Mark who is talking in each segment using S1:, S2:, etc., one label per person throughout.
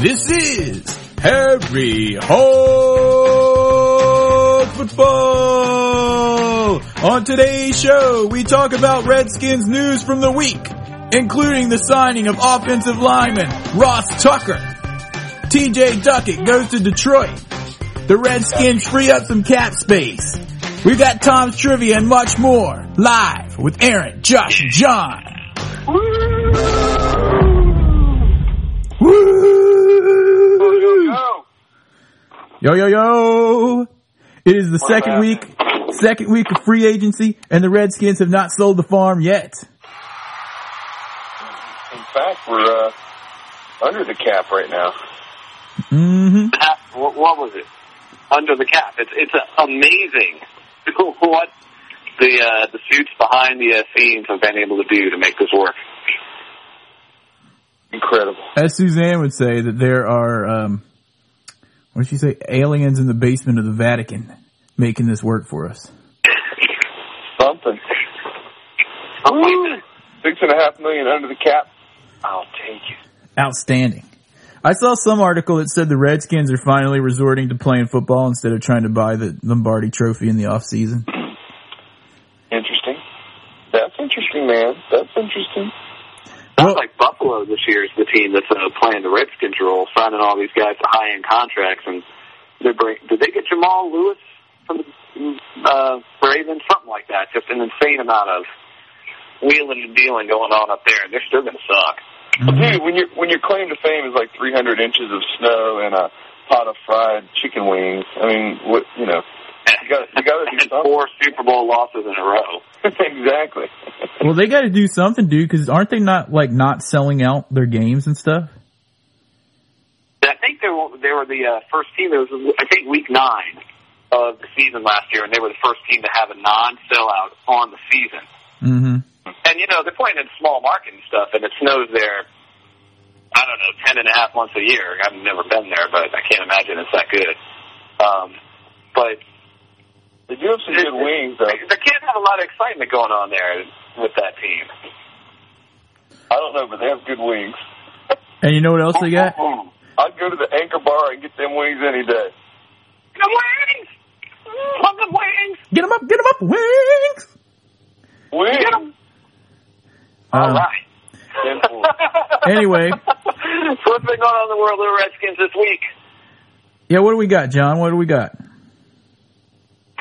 S1: This is Harry Hog Football! On today's show, we talk about Redskins news from the week, including the signing of offensive lineman Ross Tucker. TJ Duckett goes to Detroit. The Redskins free up some cap space. We've got Tom's trivia and much more live with Aaron, Josh, and John. Woo! Yo, yo, yo! It is the second
S2: that?
S1: week, second week of free agency, and the Redskins have not sold the farm yet.
S2: In fact, we're uh, under the cap right now.
S1: hmm
S3: cap. What, what was it? Under the cap. It's it's uh, amazing what the uh, the suits behind the uh, scenes have been able to do to make this work.
S2: Incredible.
S1: As Suzanne would say, that there are, um, what did she say? Aliens in the basement of the Vatican making this work for us.
S2: Something.
S3: I'm like,
S2: Six and a half million under the cap. I'll take it.
S1: Outstanding. I saw some article that said the Redskins are finally resorting to playing football instead of trying to buy the Lombardi Trophy in the off season.
S2: Interesting. That's interesting, man. That's interesting.
S3: Sounds like Buffalo this year is the team that's uh, playing the Redskins role, signing all these guys to high end contracts, and they bring. Did they get Jamal Lewis from the uh, Ravens? Something like that. Just an insane amount of wheeling and dealing going on up there, and they're still going to suck.
S2: Well, dude, when your when your claim to fame is like 300 inches of snow and a pot of fried chicken wings, I mean, what you know? You gotta- you gotta do
S3: And
S2: something.
S3: four Super Bowl losses in a row.
S2: exactly.
S1: Well, they got to do something, dude, because aren't they not like not selling out their games and stuff?
S3: I think they were they were the uh, first team. It was I think week nine of the season last year, and they were the first team to have a non-sellout on the season.
S1: Mm-hmm.
S3: And you know they're playing in small market and stuff, and it snows there. I don't know, ten and a half months a year. I've never been there, but I can't imagine it's that good. Um, but
S2: They do have some good wings, though.
S3: they, they can't have a lot of excitement going on there with that team.
S2: I don't know, but they have good wings.
S1: And you know what else they got?
S2: I'd go to the Anchor Bar and get them wings any day.
S3: The wings, Love the wings.
S1: Get them up, get them up, wings.
S2: Wings.
S3: Get 'em.
S1: Uh,
S3: All right.
S2: And for-
S1: Anyway,
S3: So what's been going on in the world of the Redskins this week?
S1: yeah, what do we got, John? What do we got?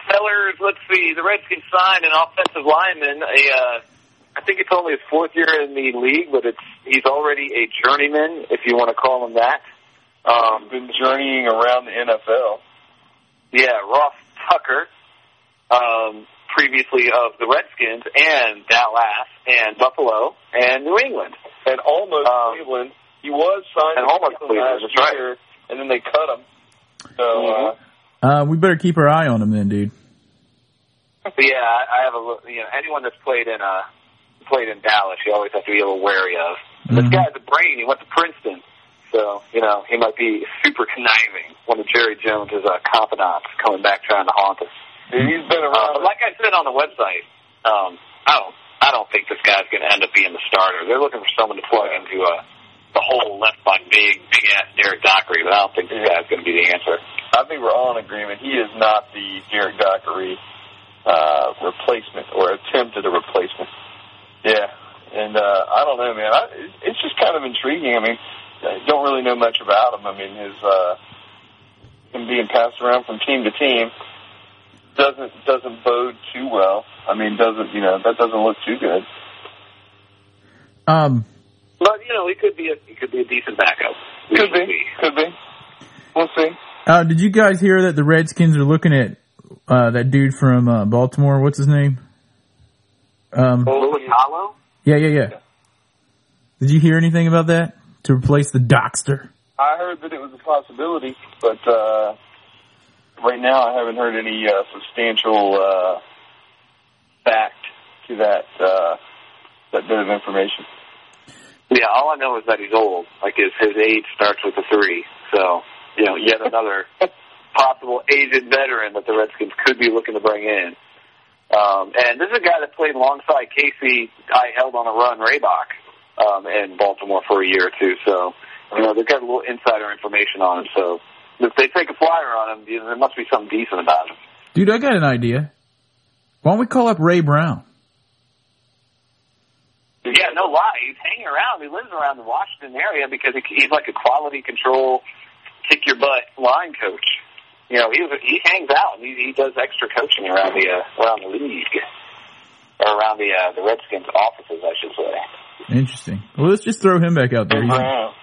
S3: Sellers, let's see. The Redskins signed an offensive lineman. A, uh, I think it's only his fourth year in the league, but it's he's already a journeyman, if you want to call him that. Um,
S2: been journeying around the NFL.
S3: yeah, Ross Tucker, um, previously of the Redskins and Dallas and Buffalo and New England.
S2: and almost
S3: Um,
S2: Cleveland. He was signed
S3: And
S2: to
S3: almost Cleveland,
S2: last
S3: that's right.
S2: year, and then they cut him. So uh,
S1: Uh, we better keep our eye on them then, dude.
S3: But yeah, I I have a lo- you know anyone that's played in uh played in Dallas, you always have to be a little wary of. This
S2: Mm-hmm.
S1: Mhm.
S3: guy's a brain. He went to Princeton, so you know he might be super conniving. One of Jerry Jones' uh, confidants coming back trying to haunt us.
S2: dude, he's been
S3: Uh,
S2: around.
S3: but like I said on the website, um, I don't I don't think this guy's going to end up being the starter. They're looking for someone to plug into uh, the hole left by big big ass Derek Dockery, but I don't think this guy's going to be the answer.
S2: I think we're all in agreement. He is not the Derek Dockery uh, replacement or attempt at a replacement. Yeah, and uh, I don't know, man. I, it- it's just kind of intriguing. I mean, I don't really know much about him. I mean, his uh, him being passed around from team to team doesn't doesn't bode too well. I mean, doesn't you know that doesn't look too good.
S1: Um,
S3: But you know he could be a he could be a decent backup. He
S2: Could be. Could be. We'll see.
S1: uh, did you guys hear that the Redskins are looking at uh, that dude from uh, Baltimore? What's his name? Um,
S3: Louis Hollow.
S1: yeah, yeah, yeah. Did you hear anything about that to replace the Doxter?
S2: I heard that it was a possibility, but uh, right now I haven't heard any uh, substantial uh, fact to that uh, that bit of information.
S3: Yeah, all I know is that he's old. Like his his age starts with a three. So you know, yet another possible Asian veteran that the Redskins could be looking to bring in. Um, and this is a guy that played alongside Casey. I held on a run Raybach um, in Baltimore for a year or two. So, you know, they've got a little insider information on him. So, if they take a flyer on him, you know, there must be something decent about him.
S1: Dude, I got an idea. Why don't we call up Ray Brown?
S3: Yeah, no lie. He's hanging around. He lives around the Washington area because he- he's like a quality control, kick your butt line coach. You know, he was, he hangs out. He, he does extra coaching around the uh, around the league, or around the uh, the Redskins offices, I should say.
S1: Interesting. Well, let's just throw him back out there. He's-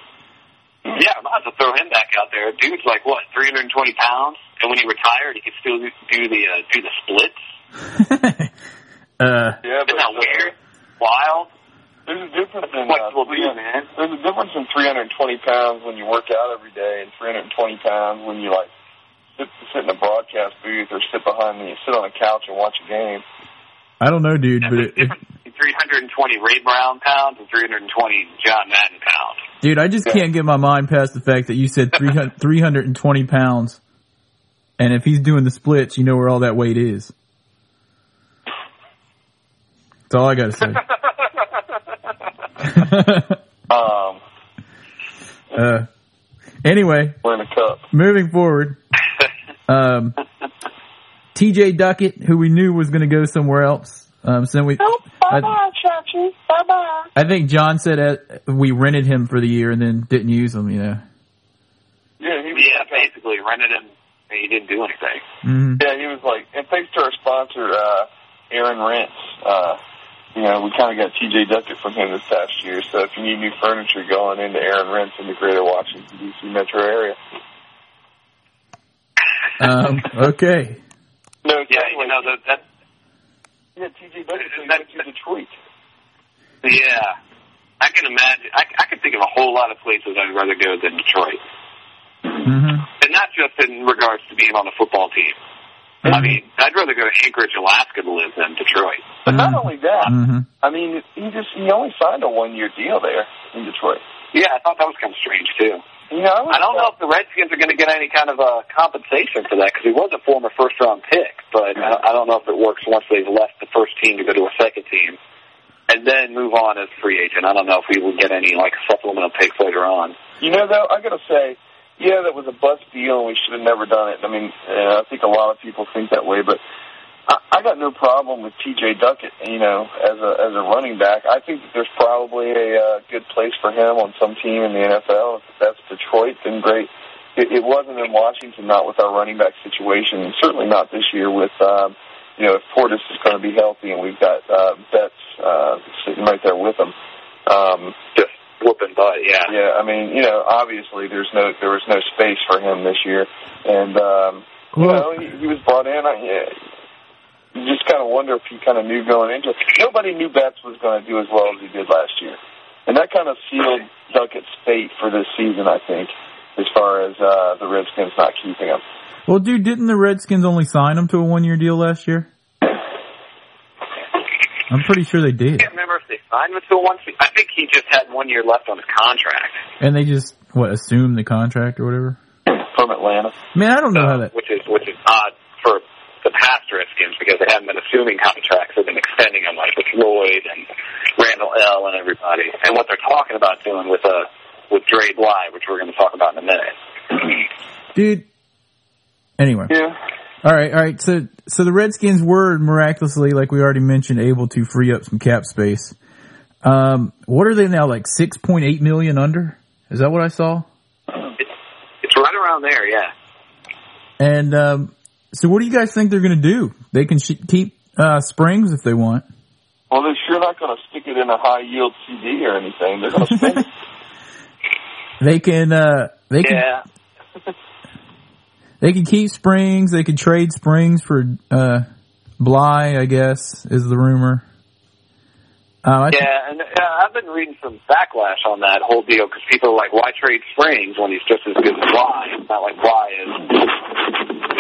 S3: Yeah, I might as well throw him back out there. Dude's like what, 320 pounds, and when he retired, he could still do the uh, do the splits.
S1: uh,
S2: Yeah, but
S3: Isn't that weird? Wild.
S2: there's a difference in uh,
S3: Flexible dude, man.
S2: there's a difference in 320 pounds when you work out every day and 320 pounds when you like sit, sit in a broadcast booth or sit behind me, sit on a couch and watch a game.
S1: I don't know, dude, but it,
S3: That's the difference between 320 Ray Brown pounds and 320 John Madden pounds.
S1: dude, I just can't get my mind past the fact that you said 300, 320 pounds. And if he's doing the splits, you know where all that weight is. That's all I got to say.
S2: Um,
S1: uh, anyway,
S2: we're in a cup.
S1: moving forward, um, TJ Duckett, who we knew was going to go somewhere else. Um, so then we, I, I think John said uh, we rented him for the year and then didn't use him, you know.
S2: Yeah, he was,
S3: Yeah, basically rented him and he didn't do anything.
S1: Mm-hmm.
S2: yeah, he was like, and thanks to our sponsor, uh, Aaron Rents, uh, you know, we kind of got TJ Duckett from him this past year. So if you need new furniture going into Aaron Rents in the greater Washington, D.C. metro area,
S1: Um, okay.
S2: no,
S3: Yeah, you know that. that
S2: yeah, TJ Duckett from Detroit.
S3: yeah, I can imagine. I, I can think of a whole lot of places I'd rather go than Detroit,
S1: Mm-hmm.
S3: and not just in regards to being on a football team. I
S1: Mm-hmm.
S3: mean, I'd rather go to Anchorage, Alaska, to live than Detroit.
S2: But not only that,
S1: hmm
S2: I mean, he just he only signed a one year deal there in Detroit.
S3: Yeah, I thought that was kind of strange too.
S2: You know,
S3: I don't know if the Redskins are going to get any kind of uh, compensation for that because he was a former first round pick, but I I don't know if it works once they've left the first team to go to a second team and then move on as free agent. I don't know if we will get any like supplemental picks later on.
S2: You know, though, I gotta say, yeah, that was a bust deal, and we should have never done it. I mean, uh, I think a lot of people think that way, but I, I got no problem with T.J. Duckett. You know, as a as a running back, I think that there's probably a uh, good place for him on some team in the NFL. If that's Detroit, then great. It, it wasn't in Washington, not with our running back situation, and certainly not this year with. Um, you know, if Portis is going to be healthy, and we've got uh, Betts uh, sitting right there with him. Um,
S3: Just whooping butt, yeah.
S2: yeah, I mean, you know, obviously there's no there was no space for him this year, and um, you know
S1: Well,
S2: he, he was brought in. I, yeah, you just kind of wonder if he kind of knew going into it. Nobody knew Betts was going to do as well as he did last year, and that kind of sealed Duckett's fate for this season, I think, as far as uh, the Redskins not keeping him.
S1: well, dude, didn't the Redskins only sign him to a one-year deal last year? I'm pretty sure they
S3: I
S1: did,
S3: can't remember if they signed him to one. se- I think he just had one year left on his contract,
S1: and they just what assumed the contract or whatever.
S2: From Atlanta,
S1: Man, I don't know how
S3: uh,
S1: that.
S3: which is which is odd for the past Redskins because they haven't been assuming contracts; they've been extending them, like with Lloyd and Randall L. and everybody. And what they're talking about doing with uh with Dre Bly, which we're going to talk about in a minute.
S1: dude. Anyway,
S2: yeah,
S1: all right, all right. So, so the Redskins were miraculously, like we already mentioned, able to free up some cap space. Um, what are they now? Like six point eight million under? Is that what I saw?
S3: It's, it's right around there, yeah.
S1: And um, so, what do you guys think they're going to do? They can sh- keep uh, Springs if they want.
S2: well they're sure not going to stick it in a high yield CD or anything. They're going to spend it.
S1: They can. Uh, they can.
S3: Yeah,
S1: They can keep Springs. They could trade Springs for uh, Bly. I guess is the rumor. Uh, I think-
S3: yeah, and uh, I've been reading some backlash on that whole deal because people are like, "Why trade Springs when he's just as good as Bly?" It's not like Bly is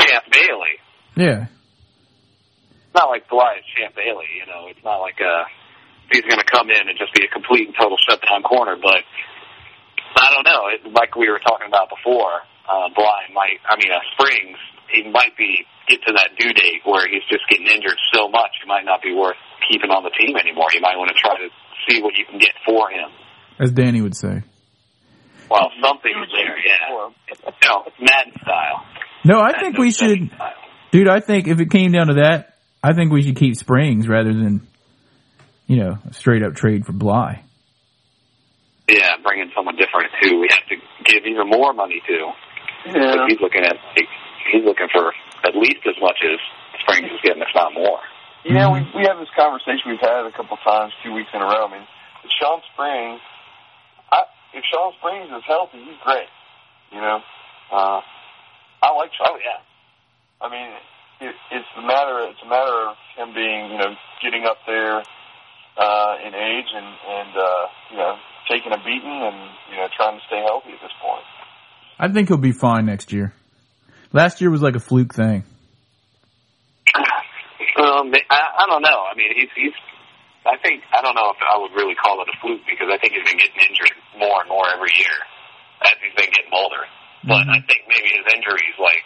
S3: Champ Bailey.
S1: yeah.
S3: it's not like Goliath Champ Bailey, you know. It's not like uh he's going to come in and just be a complete and total shutdown corner. But I don't know. It, like we were talking about before, uh, Bly might. I mean, uh, Springs. He might be get to that due date where he's just getting injured so much. It might not be worth keeping on the team anymore. You might want to try to see what you can get for him.
S1: as Danny would say.
S3: Well, something was there, yeah. No, Madden style.
S1: No, I think we should, dude. I think if it came down to that, I think we should keep Springs rather than, you know, a straight up trade for Bly.
S3: Yeah, bringing someone different who we have to give even more money to.
S2: Yeah.
S3: But he's looking at he's looking for at least as much as Springs is getting, if not more.
S2: You know, we
S3: Mm-hmm.
S2: we have this conversation we've had a couple times, two weeks in a row. I mean, Sean Springs, I, if Sean Springs is healthy, he's great. You know, uh, I like. Sean.
S3: Oh yeah.
S2: I mean, it, it's a matter. It's a matter of him being, you know, getting up there uh, in age and and uh, you know taking a beating and you know trying to stay healthy at this point.
S1: I think he'll be fine next year. Last year was like a fluke thing.
S3: Um, I, I don't know. I mean, he's he's. I think I don't know if I would really call it a fluke because I think he's been getting injured more and more every year as he's been getting older. But I think maybe his injuries, like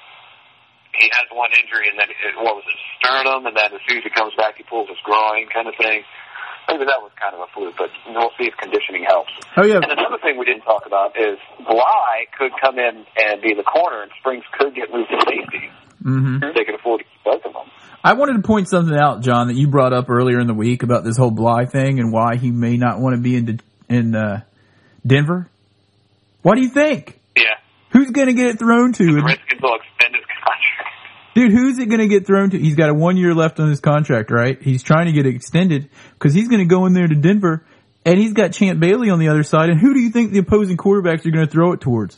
S3: he has one injury and then it, what was it, sternum, and then as soon as he comes back, he pulls his groin, kind of thing. Maybe that was kind of a fluke, but we'll see if conditioning helps.
S1: Oh yeah,
S3: And another thing we didn't talk about is Bly could come in and be the corner, and Springs could get moved to safety.
S1: hmm
S3: They could afford to keep both of them.
S1: I wanted to point something out, John, that you brought up earlier in the week about this whole Bly thing and why he may not want to be in De- in uh, Denver. What do you think?
S3: Yeah.
S1: Who's going to get it thrown to?
S3: The Redskins will extend his contract.
S1: Dude, who's it going to get thrown to? He's got a one year left on his contract, right? He's trying to get it extended because he's going to go in there to Denver and he's got Champ Bailey on the other side. And who do you think the opposing quarterbacks are going to throw it towards?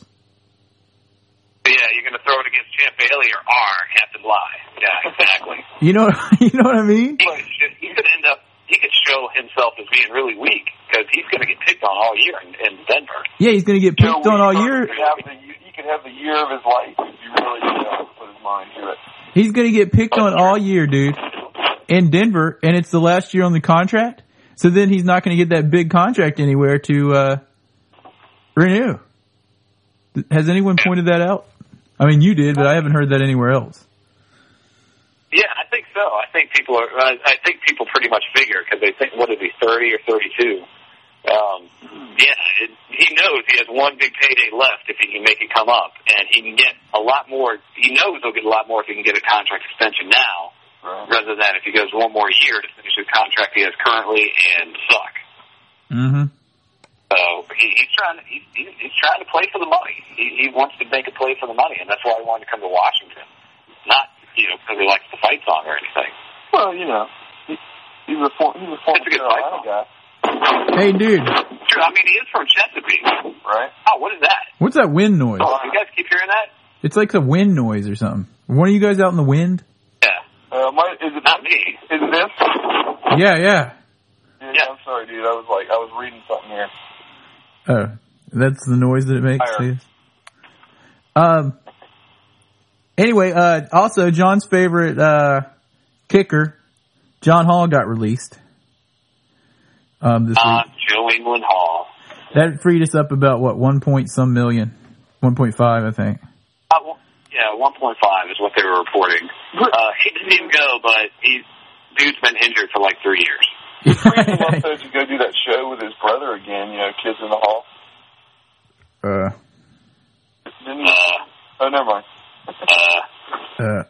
S3: But yeah, you're going to throw it against Champ Bailey or R, Captain Bly. Yeah, exactly.
S1: You know, you know what I mean?
S3: He could, sh- he could end up, he could show himself as being really weak because he's going to get picked on all year in, in Denver.
S1: Yeah, he's going to get
S2: You know,
S1: picked on
S2: we-
S1: all year.
S2: He could, have the, he could have the year of his life if he really you know, put his mind to it.
S1: He's going to get picked on all year, dude, in Denver, and it's the last year on the contract. So then he's not going to get that big contract anywhere to uh, renew. Th- Has anyone pointed that out? I mean, you did, but I haven't heard that anywhere else.
S3: Yeah, I think so. I think people are. I I think people pretty much figure because they think what is he thirty or thirty two. Um, yeah, it, he knows he has one big payday left if he can make it come up, and he can get a lot more. He knows he'll get a lot more if he can get a contract extension now,
S2: Right.
S3: rather than if he goes one more year to finish the contract he has currently and suck.
S1: Mm-hmm.
S3: So he, he's trying to he, he- he's trying to play for the money. He, he wants to make a play for the money, and that's why he wanted to come to Washington, not you know because he likes the fight song or anything.
S2: Well, you know, he, he's a former, he's a former
S3: That's a good fight
S2: Carolina guy,
S3: song.
S1: Hey, dude,
S3: Sure, I mean he is from Chesapeake.
S2: right?
S3: Oh, what is that?
S1: what's that wind noise?
S3: Oh, you guys keep hearing that?
S1: It's like a wind noise or something. One of you guys out in the wind?
S3: Yeah,
S2: Uh, my, is it
S3: not me.
S2: is it this?
S1: Yeah, yeah.
S2: Yeah,
S3: Yeah.
S2: I'm sorry, dude. I was like, I was reading something here.
S1: Oh, that's the noise that it makes.
S2: Fire.
S1: yes. Um. Anyway, uh, also John's favorite uh, kicker, John Hall, got released. Um, this
S3: Uh,
S1: week
S3: Joe England Hall.
S1: that freed us up about what one point some million, one point five, I think.
S3: Uh, well, yeah, one point five is what they were reporting. Uh, he didn't even go, but he dude's been injured for like three years.
S2: Love said you go do that show with his brother again. You know, Kids in the Hall.
S1: uh,
S2: Didn't he?
S3: Uh,
S2: Oh, never mind.
S3: uh,
S1: uh,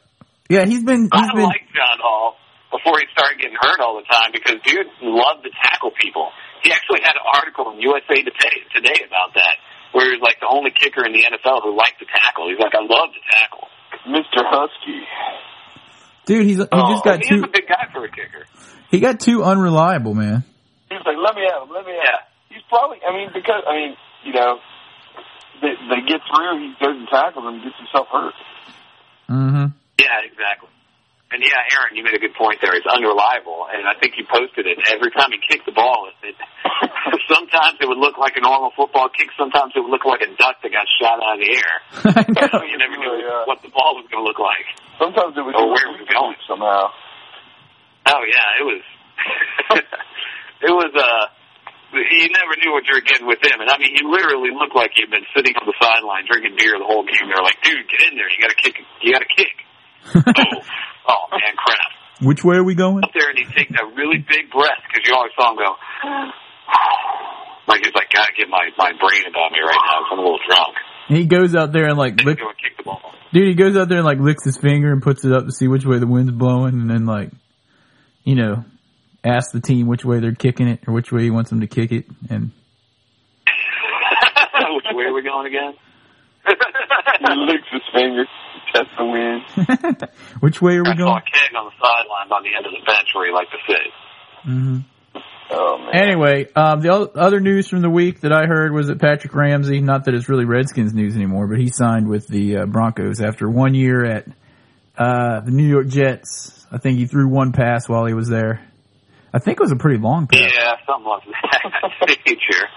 S1: yeah, he's been
S3: I
S1: he's been
S3: liked John Hall before he started getting hurt all the time because dude loved to tackle people. He actually had an article in USA Today today about that, where he was like the only kicker in the NFL who liked to tackle. He's like, I love to tackle.
S2: Mr. Husky.
S1: dude. He's he just got
S3: Oh, he
S1: too
S3: is a big guy for a kicker.
S1: he got too unreliable, man.
S2: He was like, let me have him, let me have him.
S3: Yeah.
S2: He's probably, I mean, because, I mean, you know, they, they get through, he goes and tackles him, gets himself hurt.
S1: hmm
S3: Yeah, exactly. And yeah, Aaron, you made a good point there. He's unreliable, and I think you posted it. Every time he kicked the ball, it, it sometimes it would look like a normal football kick. Sometimes it would look like a duck that got shot out of the air.
S1: I know.
S3: So you never knew
S2: Yeah.
S3: what the ball was going to look like.
S2: Sometimes it would
S3: Oh,
S2: do
S3: where
S2: it
S3: we going?
S2: somehow.
S3: Oh yeah, it was. it was. Uh, you never knew what you were getting with him, and I mean, he literally looked like he'd been sitting on the sideline drinking beer the whole game. They're like, "Dude, get in there! You got to kick! You got to kick!" oh, oh man, crap!
S1: Which way are we going?
S3: Up there, and he'd take that really big breath because you always saw him go. Like he's like, gotta get my my brain about me right now. 'cause I'm a little drunk.
S1: And he goes out there and like,
S3: They
S1: lick,
S3: go and kick the ball.
S1: dude, he goes out there and like licks his finger and puts it up to see which way the wind's blowing, and then like, you know, asks the team which way they're kicking it or which way he wants them to kick it, and
S3: Which way are we going again?
S2: He licks his finger, tests the wind.
S1: which way are we
S3: I saw
S1: going?
S3: a keg on the sideline by the end of the bench where he liked to sit.
S1: Mm-hmm.
S2: Oh man.
S1: Anyway, um, the o- other news from the week that I heard was that Patrick Ramsey, not that it's really Redskins news anymore, but he signed with the uh, Broncos after one year at uh, the New York Jets. I think he threw one pass while he was there. I think it was a pretty long pass.
S3: Yeah, something like that. Teacher. Oh,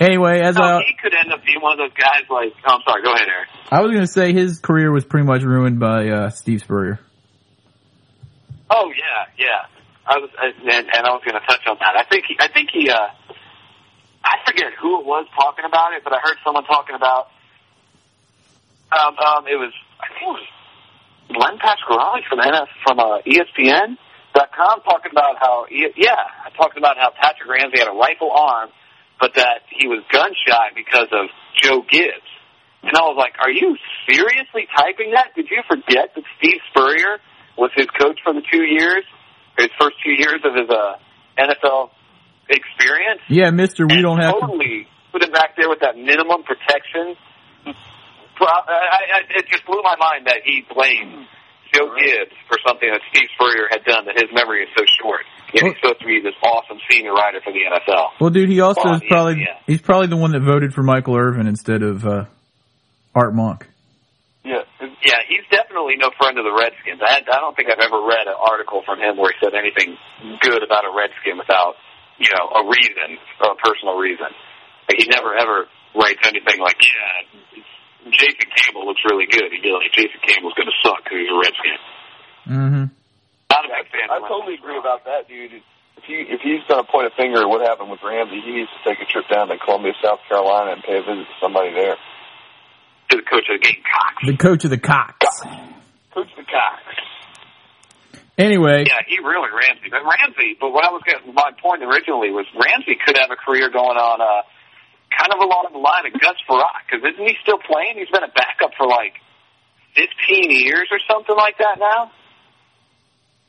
S1: Anyway, as I,
S3: he could end up being one of those guys like, oh, I'm sorry, go ahead, Eric.
S1: I was going to say, his career was pretty much ruined by uh, Steve Spurrier.
S3: Oh yeah, yeah. I was, I- and, and I was going to touch on that. I think he, I think he, uh, I forget who it was talking about it, but I heard someone talking about. Um, um, it was I think it was Glenn Pasquale from NF from uh, ESPN dot com talking about how he- yeah, talking about how Patrick Ramsey had a rifle arm, but that he was gun shy because of Joe Gibbs. And I was like, "Are you seriously typing that? Did you forget that Steve Spurrier was his coach for the two years, his first two years of his uh, NFL experience?"
S1: Yeah, Mister, we
S3: and
S1: don't have to.
S3: totally put him back there with that minimum protection. Pro- I, I, I- it just blew my mind that he blamed Joe Gibbs for something that Steve Spurrier had done. That his memory is so short. Yet he's supposed to be this awesome senior rider for the NFL.
S1: Well, dude, he also
S3: Oh,
S1: is
S3: yeah,
S1: probably
S3: yeah.
S1: he's probably the one that voted for Michael Irvin instead of uh, Art Monk.
S2: Yeah.
S3: Yeah, he's definitely no friend of the Redskins. I, I don't think I've ever read an article from him where he said anything good about a Redskin without, you know, a reason, a personal reason. Like, he never ever writes anything like, yeah, Jason Campbell looks really good. He'd be like, Jason Campbell's going to suck because he's a Redskin.
S1: hmm
S3: Not a big fan.
S2: I
S3: of him.
S2: totally agree about that, dude. If he if he's gonna point a finger at what happened with Ramsey, he needs to take a trip down to Columbia, South Carolina, and pay a visit to somebody there.
S3: to the coach of the Gamecocks.
S1: The coach of the Cox.
S2: Coach the Cox.
S1: Anyway,
S3: Yeah, he really Ramsey. But Ramsey, but what I was gonna, my point originally was Ramsey could have a career going on uh, kind of along the line of Gus Barat because isn't he still playing? He's been a backup for like 15 years or something like that now.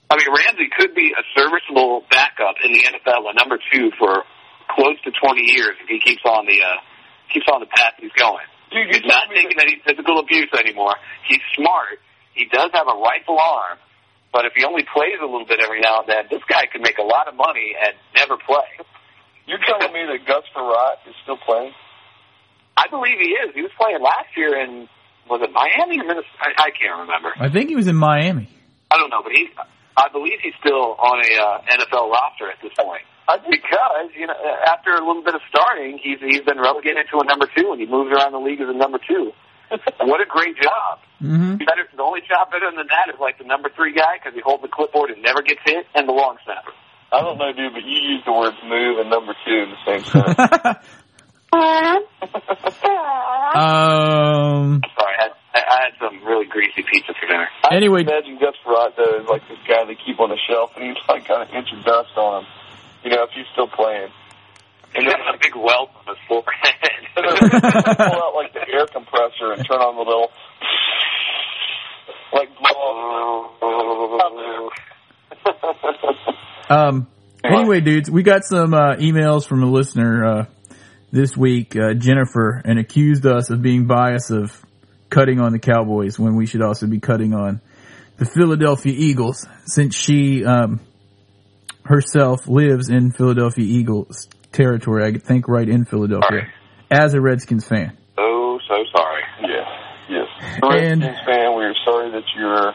S3: I mean, Ramsey could be a serviceable backup in the NFL, a number two for close to 20 years if he keeps on the uh, keeps on the path he's going.
S2: Dude, you
S3: He's not
S2: told me
S3: taking any physical abuse anymore. He's smart. He does have a rifle arm, but if he only plays a little bit every now and then, this guy could make a lot of money and never play.
S2: You're telling me that Gus Farrat is still playing?
S3: I believe he is. He was playing last year in was it Miami or Minnesota? I, I can't remember.
S1: I think he was in Miami.
S3: I don't know, but he. I believe he's still on a uh, NFL roster at this point
S2: I think
S3: because you know after a little bit of starting, he's he's been relegated to a number two, and he moves around the league as a number two. what a great job!
S1: hmm
S3: better. The only job better than that is like the number three guy because he holds the clipboard and never gets hit, and the long snapper.
S2: I don't know, dude, but you used the words move and number two in the same sentence.
S1: um.
S3: Sorry, I had, I I had some really greasy pizza for dinner.
S2: I
S1: Anyway-
S2: just imagine Gus Farrat though is like this guy they keep on the shelf, and he's like got an inch of dust on him. You know, if he's still playing,
S3: And then a big welt on his forehead.
S2: pull out like the air compressor and turn on the little like blow off.
S1: Um. Anyway, dudes, we got some uh, emails from a listener uh, this week, uh, Jennifer, and accused us of being biased of cutting on the Cowboys when we should also be cutting on the Philadelphia Eagles, since she um, herself lives in Philadelphia Eagles territory. I think right in Philadelphia, as a Redskins fan.
S3: oh, so sorry.
S2: Yes, yes.
S1: And-
S2: Redskins fan, we are sorry that you're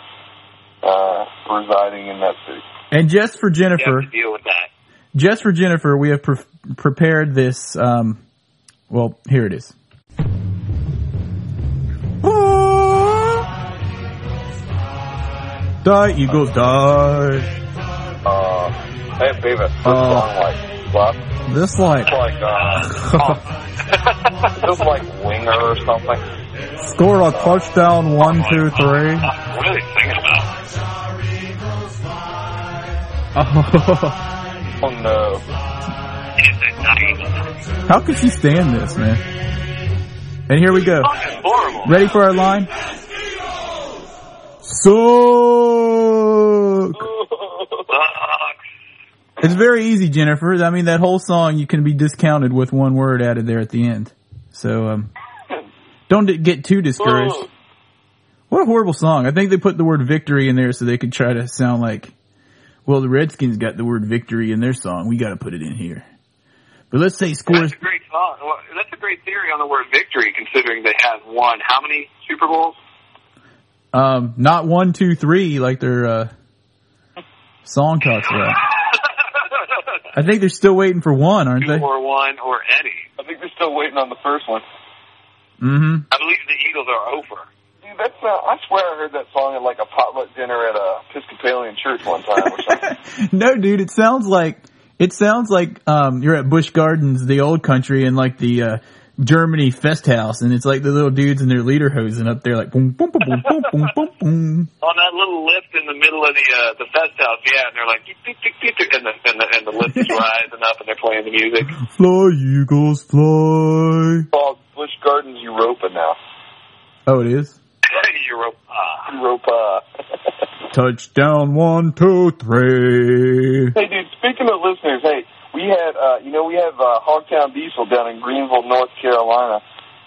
S2: uh, residing in that city.
S1: And just for
S3: You
S1: Jennifer,
S3: have to deal with that.
S1: just for Jennifer, we have pre- prepared this. Um, well, here it is. Ah! Die, Eagles, die.
S2: Uh, hey, baby, this
S1: Oh.
S2: song like what?
S1: This like
S2: Like uh, just like winger or something.
S1: score a touchdown, one, two, three.
S3: I'm really thinking about.
S1: Oh,
S2: Oh no!
S3: Is
S1: How could she stand this, man? And here we go.
S3: Fucking horrible.
S1: Ready for our line? Suck.
S3: Sucks.
S1: It's very easy, Jennifer. I mean, that whole song you can be discounted with one word added there at the end. So um, don't d- get too discouraged.
S3: Whoa.
S1: What a horrible song! I think they put the word victory in there so they could try to sound like, well, the Redskins got the word victory in their song. We got to put it in here. But let's say scores.
S3: That's a great song. Well, That's a great theory on the word victory, considering they have won how many Super Bowls?
S1: Um, not one, two, three, like their uh, song talks about. I think they're still waiting for one, aren't
S3: Two
S1: they?
S3: or one or any.
S2: I think they're still waiting on the first one.
S1: Mm-hmm.
S3: I believe the Eagles are over.
S2: Dude, that's uh, I swear I heard that song at like a potluck dinner at a Episcopalian church one time or something.
S1: no, dude, it sounds like it sounds like um, you're at Busch Gardens, the old country, and like the uh, Germany fest house, and it's like the little dudes in their leader hosen up there, like boom, boom, boom, boom, boom, boom, boom.
S3: On that little lift in the middle of the uh, the fest house, yeah, and they're like, "Tick, tick, tick, tick," and the and the, and the lift is rising up, and they're playing the music.
S1: Fly, Eagles, fly.
S2: It's called Bush Gardens Europa now.
S1: Oh, it is.
S3: Europe, ah.
S2: Europa.
S1: Touchdown, one, two, three.
S2: hey, dude. Speaking of listeners, hey, we had uh, you know we have uh, Hogtown Diesel down in Greenville, North Carolina.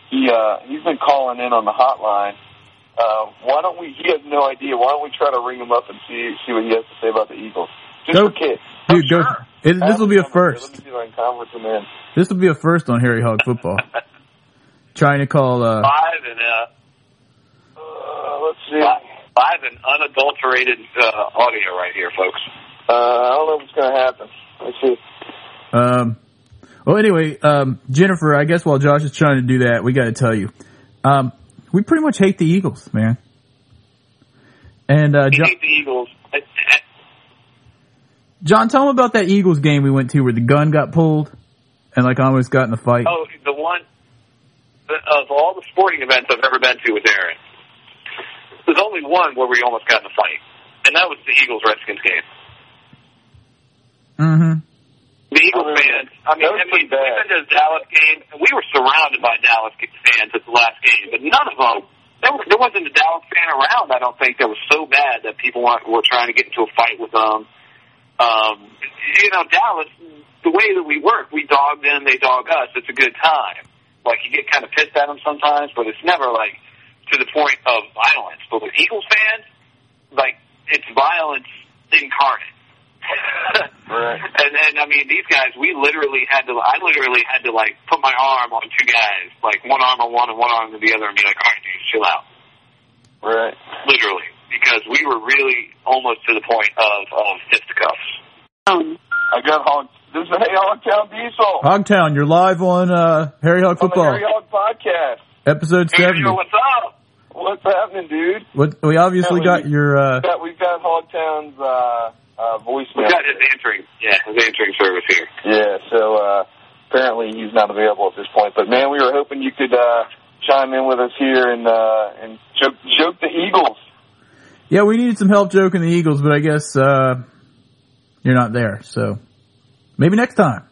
S2: He uh, he's been calling in on the hotline. Uh, why don't we? He has no idea. Why don't we try to ring him up and see see what he has to say about the Eagles? Just
S1: Go-
S2: for kicks.
S1: Dude, go.
S3: sure.
S1: It, this will be a
S2: Let me
S1: first.
S2: see if I can conference him in.
S1: This will be a first on Harry Hog football. Trying to call. uh
S3: live and uh,
S2: Uh, let's see.
S3: li- live and unadulterated uh, audio right here, folks.
S2: Uh, I don't know what's going to happen. Let's see.
S1: Um, well, anyway, um, Jennifer, I guess while Josh is trying to do that, we got to tell you, um, we pretty much hate the Eagles, man. And uh,
S3: You
S1: John,
S3: hate the Eagles.
S1: John, tell them about that Eagles game we went to where the gun got pulled and like almost got in the fight.
S3: Oh, the one the, of all the sporting events I've ever been to with Aaron. There's only one where we almost got in a fight, and that was the Eagles Redskins game.
S1: Mm-hmm.
S3: The Eagles
S2: I mean,
S3: fans. I mean,
S2: that was
S3: I mean,
S2: pretty bad.
S3: we've been to the Dallas game. and We were surrounded by Dallas fans at the last game, but none of them. There, were, there wasn't a Dallas fan around. I don't think that was so bad that people want, were trying to get into a fight with them. Um, you know, Dallas. The way that we work, we dog them, they dog us. It's a good time. Like you get kind of pissed at them sometimes, but it's never like to the point of violence. But with Eagles fans, like it's violence incarnate.
S2: Right.
S3: And then I mean, these guys, we literally had to. I literally had to like put my arm on two guys, like one arm on one and one arm on the other, and be like, "All right, dude, chill out."
S2: Right.
S3: Literally, because we were really almost to the point of of fisticuffs.
S2: I got Hog. This is Hey Hogtown Diesel.
S1: Hogtown, you're live on uh, Harry Hog
S2: On the
S1: football,
S2: Harry Hog podcast.
S1: episode
S3: Hey,
S1: seventy.
S3: yo, what's up?
S2: What's happening, dude?
S1: What we obviously
S2: Yeah, we-
S1: got your uh,
S2: We've got, we've got Hogtown's uh, uh,
S3: We
S2: voicemail.
S3: got his answering, yeah, his answering service here.
S2: Yeah, so uh, apparently he's not available at this point. But man, we were hoping you could uh, chime in with us here and uh, and joke, joke the Eagles.
S1: yeah. We needed some help joking the Eagles, but I guess uh, you're not there, so maybe next time.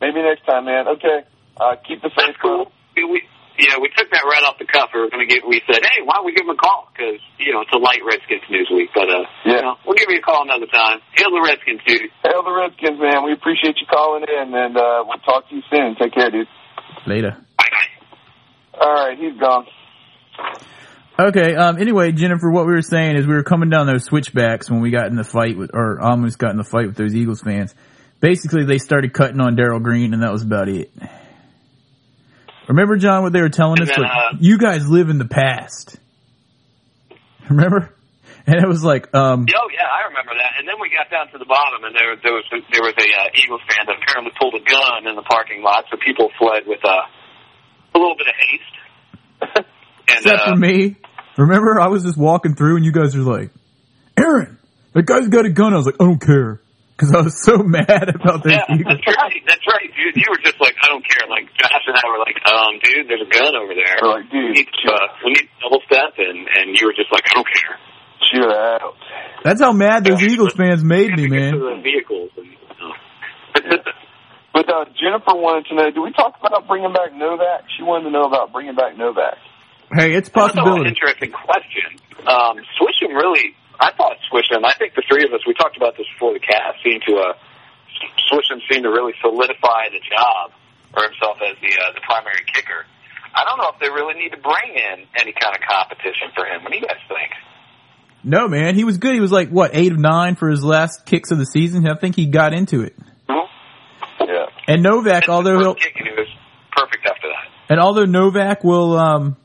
S2: Maybe next time, man. Okay, uh, keep the faith.
S3: That's cool. We, we, yeah, we took that right off the cuff. We were going to give. We said, "Hey, why don't we give him a call?" Because you know it's a light Redskins news week, but uh,
S2: Yeah.
S3: you know, we'll give you a call another time. Hail the Redskins, dude.
S2: Hail the Redskins, man. We appreciate you calling in, and uh, we'll talk to you soon. Take care, dude.
S1: Later.
S3: Bye bye.
S2: All right, he's gone.
S1: Okay. Um. Anyway, Jennifer, what we were saying is we were coming down those switchbacks when we got in the fight with, or almost got in the fight with those Eagles fans. Basically, they started cutting on Daryl Green, and that was about it. Remember, John, what they were telling
S3: And
S1: us?
S3: then,
S1: Like,
S3: uh,
S1: you guys live in the past. Remember? And it was like, um,
S3: Oh yeah, I remember that. And then we got down to the bottom, and there there was there was a uh, Eagles fan that apparently pulled a gun in the parking lot, so people fled with uh, a little bit of haste. and
S1: except
S3: uh,
S1: for me. Remember, I was just walking through, and you guys were like, "Aaron, that guy's got a gun." I was like, "I don't care," because I was so mad about those
S3: yeah,
S1: Eagles.
S3: that's right, that's right, dude. You were just like, I don't care. Like Josh and I were like, um, dude, there's a gun over there.
S2: We're like,
S3: we
S2: dude,
S3: need to, uh, we need to double step, and and you were just like, I don't care.
S2: chill out.
S1: That's how mad those Eagles fans made
S3: We
S1: me, man.
S3: have to get To the vehicles. And,
S2: But uh, Jennifer wanted to know, did we talk about bringing back Novak? She wanted to know about bringing back Novak.
S1: Hey, it's a
S3: That's an
S1: possibility.
S3: interesting question. Um, Swisham really, I thought Swisham, I think the three of us, we talked about this before the cast, seemed to, uh, Swisham seemed to really solidify the job for himself as the, uh, the primary kicker. I don't know if they really need to bring in any kind of competition for him. What do you guys think?
S1: No, man, he was good. He was like what eight of nine for his last kicks of the season. I think he got into it.
S2: Yeah.
S1: And Novak,
S3: And
S1: although
S3: the
S1: he'll,
S3: first kick, he was perfect after that.
S1: and although Novak will um,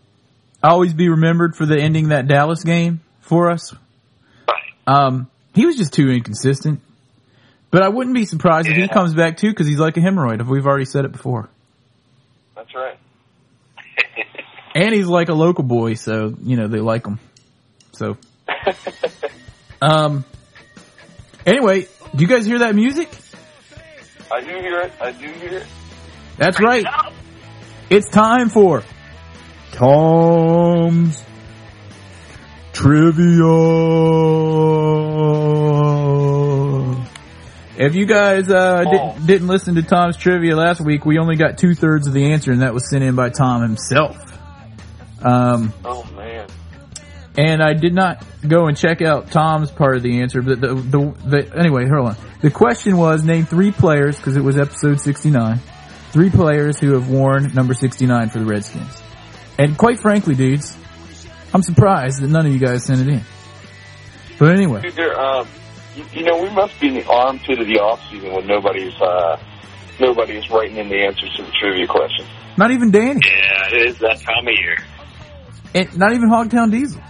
S1: always be remembered for the ending that Dallas game for us,
S3: Right.
S1: um, he was just too inconsistent. But I wouldn't be surprised if he
S3: Yeah.
S1: comes back too because he's like a hemorrhoid. If we've already said it before,
S2: That's right.
S1: and he's like a local boy, so you know they like him. So, um, anyway, do you guys hear that music?
S2: I do hear it. I do hear it.
S1: That's right. It's time for Tom's Trivia. If you guys uh,
S2: Oh.
S1: didn't, didn't listen to Tom's Trivia last week, we only got two thirds of the answer, and that was sent in by Tom himself. Um,
S2: Oh man.
S1: and I did not go and check out Tom's part of the answer, but the, the, the anyway, hold on. The question was name three players because it was episode sixty nine. Three players who have worn number sixty nine for the Redskins. And quite frankly, dudes, I'm surprised that none of you guys sent it in. But anyway,
S2: Dude, there. Um, you, you know, we must be in the armpit of the off season when nobody's uh, nobody is writing in the answers to the trivia questions.
S1: not even Danny,
S3: Yeah, it is that time of year.
S1: and not even Hogtown Diesel.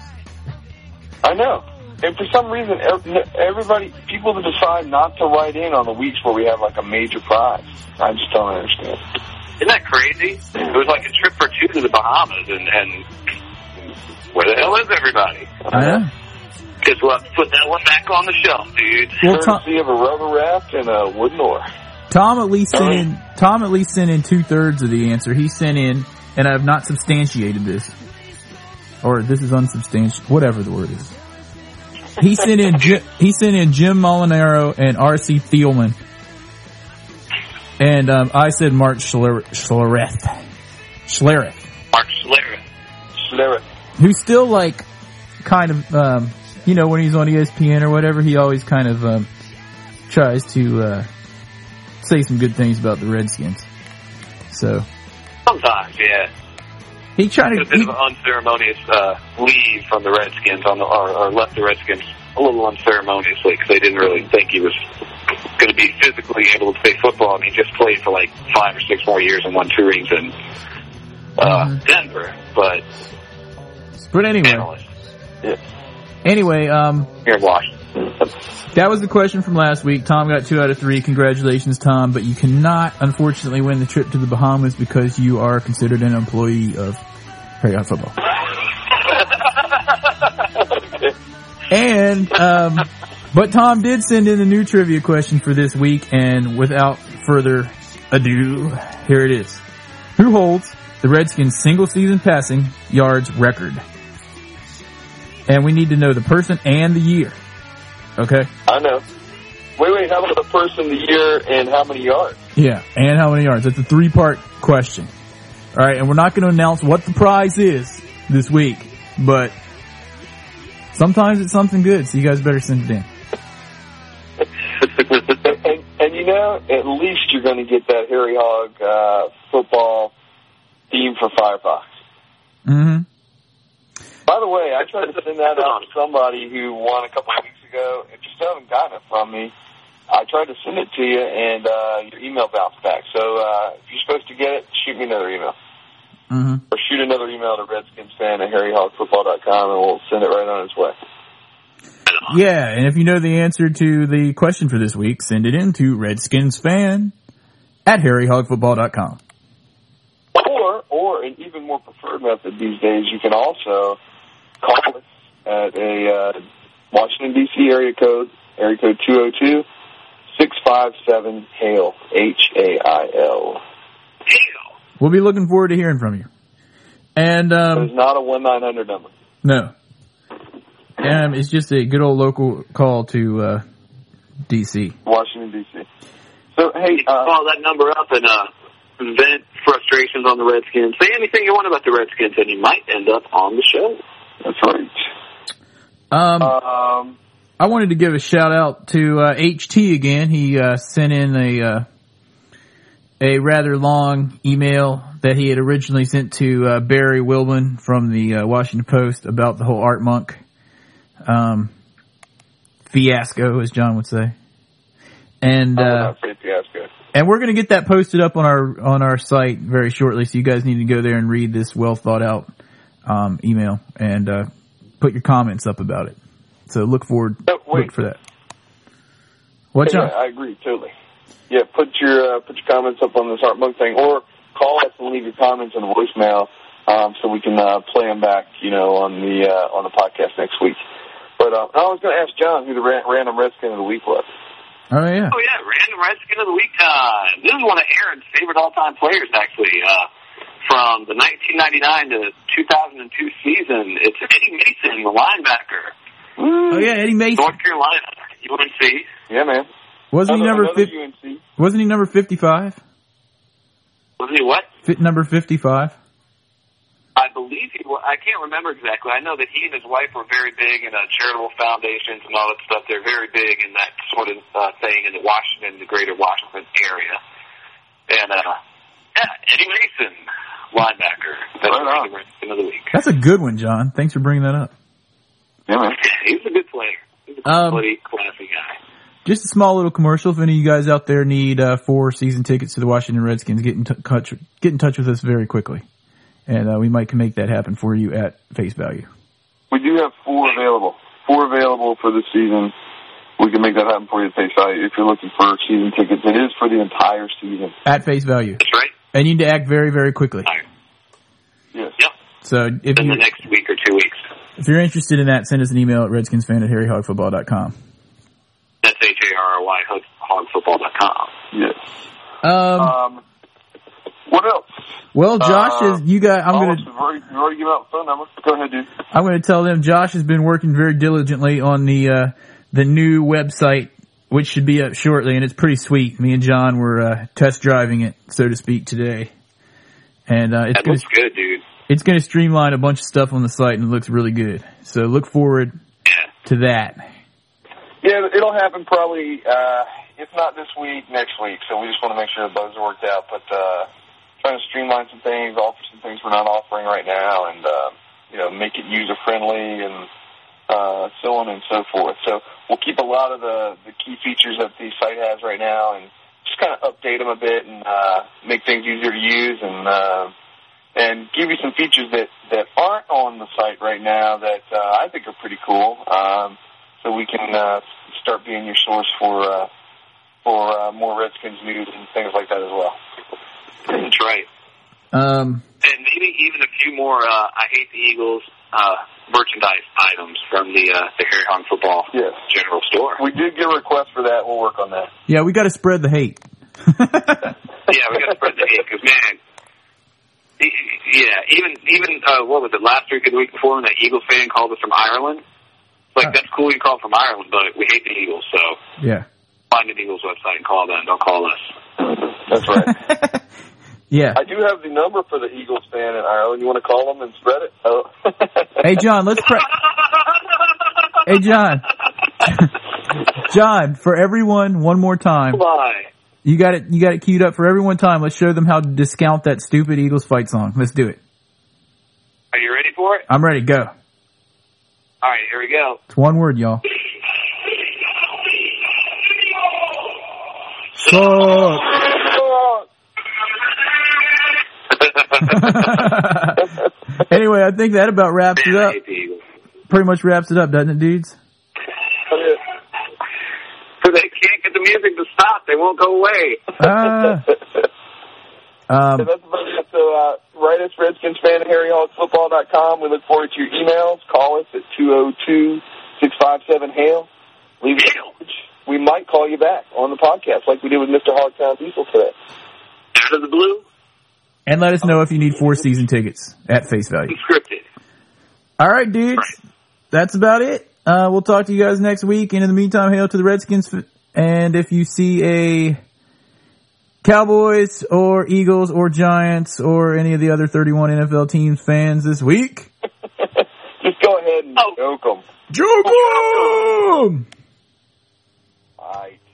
S2: I know. And for some reason, ev- everybody, people that decide not to write in on the weeks where we have like a major prize, I just don't understand.
S3: Isn't that crazy? It was like a trip for two to the Bahamas, and, and where the hell is everybody?
S1: I
S2: Uh,
S1: know.
S3: Because we'll have to put that one back on the shelf, dude.
S1: Well, Tom,
S2: Courtesy of a rubber raft and a wooden oar.
S1: Tom at least sent in. Tom at least sent in two thirds of the answer. He sent in, and I have not substantiated this, or this is unsubstantiated, whatever the word is. He sent in. Ji- he sent in Jim Molinaro and R.C. Thielman, and um, I said Mark Schler- Schlereth, Schlereth,
S3: Mark Schlereth.
S2: Schlereth.
S1: who's still like kind of, um, you know, when he's on ESPN or whatever, he always kind of um, tries to uh, say some good things about the Redskins. So.
S3: Sometimes, yeah.
S1: He tried
S3: It's
S1: to.
S3: a bit
S1: He,
S3: of an unceremonious uh, leave from the Redskins, on the, or, or left the Redskins a little unceremoniously because they didn't really think he was going to be physically able to play football, and he just played for like five or six more years and won two rings in uh,
S1: Mhm.
S3: Denver. But,
S1: but anyway,
S3: analyst
S1: anyway, um,
S3: here in Washington.
S1: that was the question from last week. Tom got two out of three. Congratulations, Tom! But you cannot, unfortunately, win the trip to the Bahamas because you are considered an employee of Prairie Dog Football. And um, but Tom did send in a new trivia question for this week, and without further ado, here it is: Who holds the Redskins' single-season passing yards record? And we need to know the person and the year. Okay.
S2: I know. Wait, wait, how about the person, the year, and how many yards?
S1: Yeah, and how many yards? That's a three part question. All right, and we're not going to announce what the prize is this week, but sometimes it's something good, so you guys better send it in.
S2: And, and, and you know, at least you're going to get that Harry Hog uh, football theme for Firefox.
S1: Mm-hmm.
S2: By the way, I tried to send that out to somebody who won a couple of weeks ago. If you still haven't gotten it from me, I tried to send it to you, and uh, your email bounced back. So uh, if you're supposed to get it, shoot me another email.
S1: Mm-hmm.
S2: Or shoot another email to redskinsfan at harryhogfootball.com, and we'll send it right on its way.
S1: Yeah, and if you know the answer to the question for this week, send it in to redskinsfan at harryhogfootball.com.
S2: Or, or an even more preferred method these days, you can also call us at a uh, Washington D.C. area code, area code two zero two six five seven hail H A I L.
S1: We'll be looking forward to hearing from you. And,
S2: But
S1: um,
S2: it's not a one nine hundred number.
S1: No. Um, it's just a good old local call to uh, DC.
S2: Washington D.C. So hey,
S3: You can
S2: uh,
S3: call that number up and uh, vent frustrations on the Redskins. Say anything you want about the Redskins, and you might end up on the show.
S2: that's right.
S1: Um,
S2: Um,
S1: I wanted to give a shout out to uh, HT again. He uh, sent in a uh, a rather long email that he had originally sent to uh, Barry Wilman from the uh, Washington Post about the whole Art Monk um, fiasco, as John would say. And
S2: I would
S1: uh,
S2: not say fiasco.
S1: and we're going to get that posted up on our on our site very shortly. So you guys need to go there and read this well thought out um, email and uh, put your comments up about it. So look forward
S2: No, wait.
S1: look for that. What
S2: Yeah,
S1: John?
S2: I agree totally. Yeah, put your uh, put your comments up on this Art Monk thing, or call us and leave your comments in the voicemail, um, so we can uh, play them back, you know, on the uh, on the podcast next week. But uh, I was going to ask John who the ra- random Redskin of the week was.
S1: Oh yeah.
S3: Oh yeah, random Redskin of the week time. This is one of Aaron's favorite all-time players, actually. Uh, from the 1999 to 2002 season, it's Eddie Mason, the linebacker,
S1: Oh yeah. Eddie Mason
S3: North Carolina, UNC.
S2: Yeah, man.
S1: wasn't he number
S2: Another-
S1: fif-
S2: another UNC.
S1: wasn't he number fifty five?
S3: Wasn't he what?
S1: Fit number fifty five.
S3: I believe he. wa I can't remember exactly. I know that he and his wife were very big in uh, charitable foundations and all that stuff. They're very big in that sort of uh, thing in the Washington, the greater Washington area. And uh, yeah, Eddie Mason, linebacker. That's
S2: Right on.
S3: the Redskins of the week.
S1: That's a good one, John. Thanks for bringing that up.
S2: Yeah, man.
S3: He's a good player. He's a
S1: Um,
S3: bloody classy guy.
S1: Just a small little commercial. If any of you guys out there need uh, four season tickets to the Washington Redskins, get in t- touch get in touch with us very quickly, and uh, we might can make that happen for you at face value.
S2: We do have four available. Four available for the season. We can make that happen for you at face value if you're looking for season tickets. It is for the entire season.
S1: At face value,
S3: That's right.
S1: and you need to act very very quickly.
S3: All right.
S2: Yes.
S3: Yep.
S1: So if
S3: In
S1: you
S3: the next week or two weeks.
S1: if you're interested in that, send us an email at redskinsfan at harryhogfootball.com.
S3: That's H A R R Y hogfootball.com.
S2: Yes.
S1: Um,
S2: Um, what else?
S1: well, Josh
S2: uh,
S1: is you guys. I'm
S2: oh,
S1: gonna
S2: You've already, you've already given out the phone number. Go ahead, dude.
S1: I'm going to tell them Josh has been working very diligently on the uh, the new website, which should be up shortly, and it's pretty sweet. Me and John were uh, test driving it, so to speak, today, and uh, it's
S3: That
S1: going
S3: looks
S1: to
S3: good, dude.
S1: it's going to streamline a bunch of stuff on the site, and it looks really good. So look forward
S3: Yeah.
S1: to that.
S2: Yeah, it'll happen probably, uh, if not this week, next week. So we just want to make sure the bugs are worked out. But uh, trying to streamline some things, offer some things we're not offering right now, and uh, you know, make it user friendly and uh, so on and so forth. So we'll keep a lot of the the key features that the site has right now, and just kind of update them a bit and uh, make things easier to use and. Uh, and give you some features that, that aren't on the site right now that uh, I think are pretty cool. Um, so we can uh, start being your source for uh, for uh, more Redskins news and things like that as well.
S3: That's right.
S1: Um,
S3: and maybe even a few more uh, I hate the Eagles uh, merchandise items from the uh, the Harry Hahn football
S2: Yes,
S3: general store.
S2: we did get a request for that. We'll work on that.
S1: yeah, we got to spread the hate.
S3: yeah, we got to spread the hate because man, e- e- yeah, even even uh, what was it last week or the week before when that Eagle fan called us from Ireland? Like
S1: Huh.
S3: that's cool, you can call from Ireland, but we hate the Eagles, so
S1: yeah,
S3: find an Eagles website and call them. Don't call us.
S2: That's right.
S1: yeah.
S2: I do have the number for the Eagles fan in Ireland. You want to call them and spread it? Oh.
S1: Hey John, let's. Pre- hey John, John, for everyone, one more time.
S3: Why?
S1: You got it. You got it queued up for everyone. Time. Let's show them how to discount that stupid Eagles fight song. Let's do it.
S3: Are you ready for it?
S1: I'm ready. Go.
S3: All right, here we go.
S1: It's one word, y'all. Suck. anyway, I think that about wraps it
S3: Man, I
S1: up.
S3: hate the Eagles.
S1: Pretty much wraps it up, doesn't it, dudes?
S3: So they can't get the music to stop. They won't go away.
S1: Uh, um,
S2: So that's about it. So uh, write us, Redskins fan at HarryHogFootball.com. We look forward to your emails. Call us at 202-657-HALE. Leave us a
S3: Hail.
S2: message. We might call you back on the podcast like we did with Mr. Hogtown Diesel today.
S3: Out of the blue,
S1: and let us know if you need four season tickets at face value.
S3: unscripted.
S1: All right, dudes. That's about it. Uh, we'll talk to you guys next week. And in the meantime, hail to the Redskins. And if you see a Cowboys or Eagles or Giants or any of the other 31 NFL teams fans this week?
S2: Just go ahead and
S3: Oh.
S2: joke 'em.
S1: Joke 'em!
S2: All right.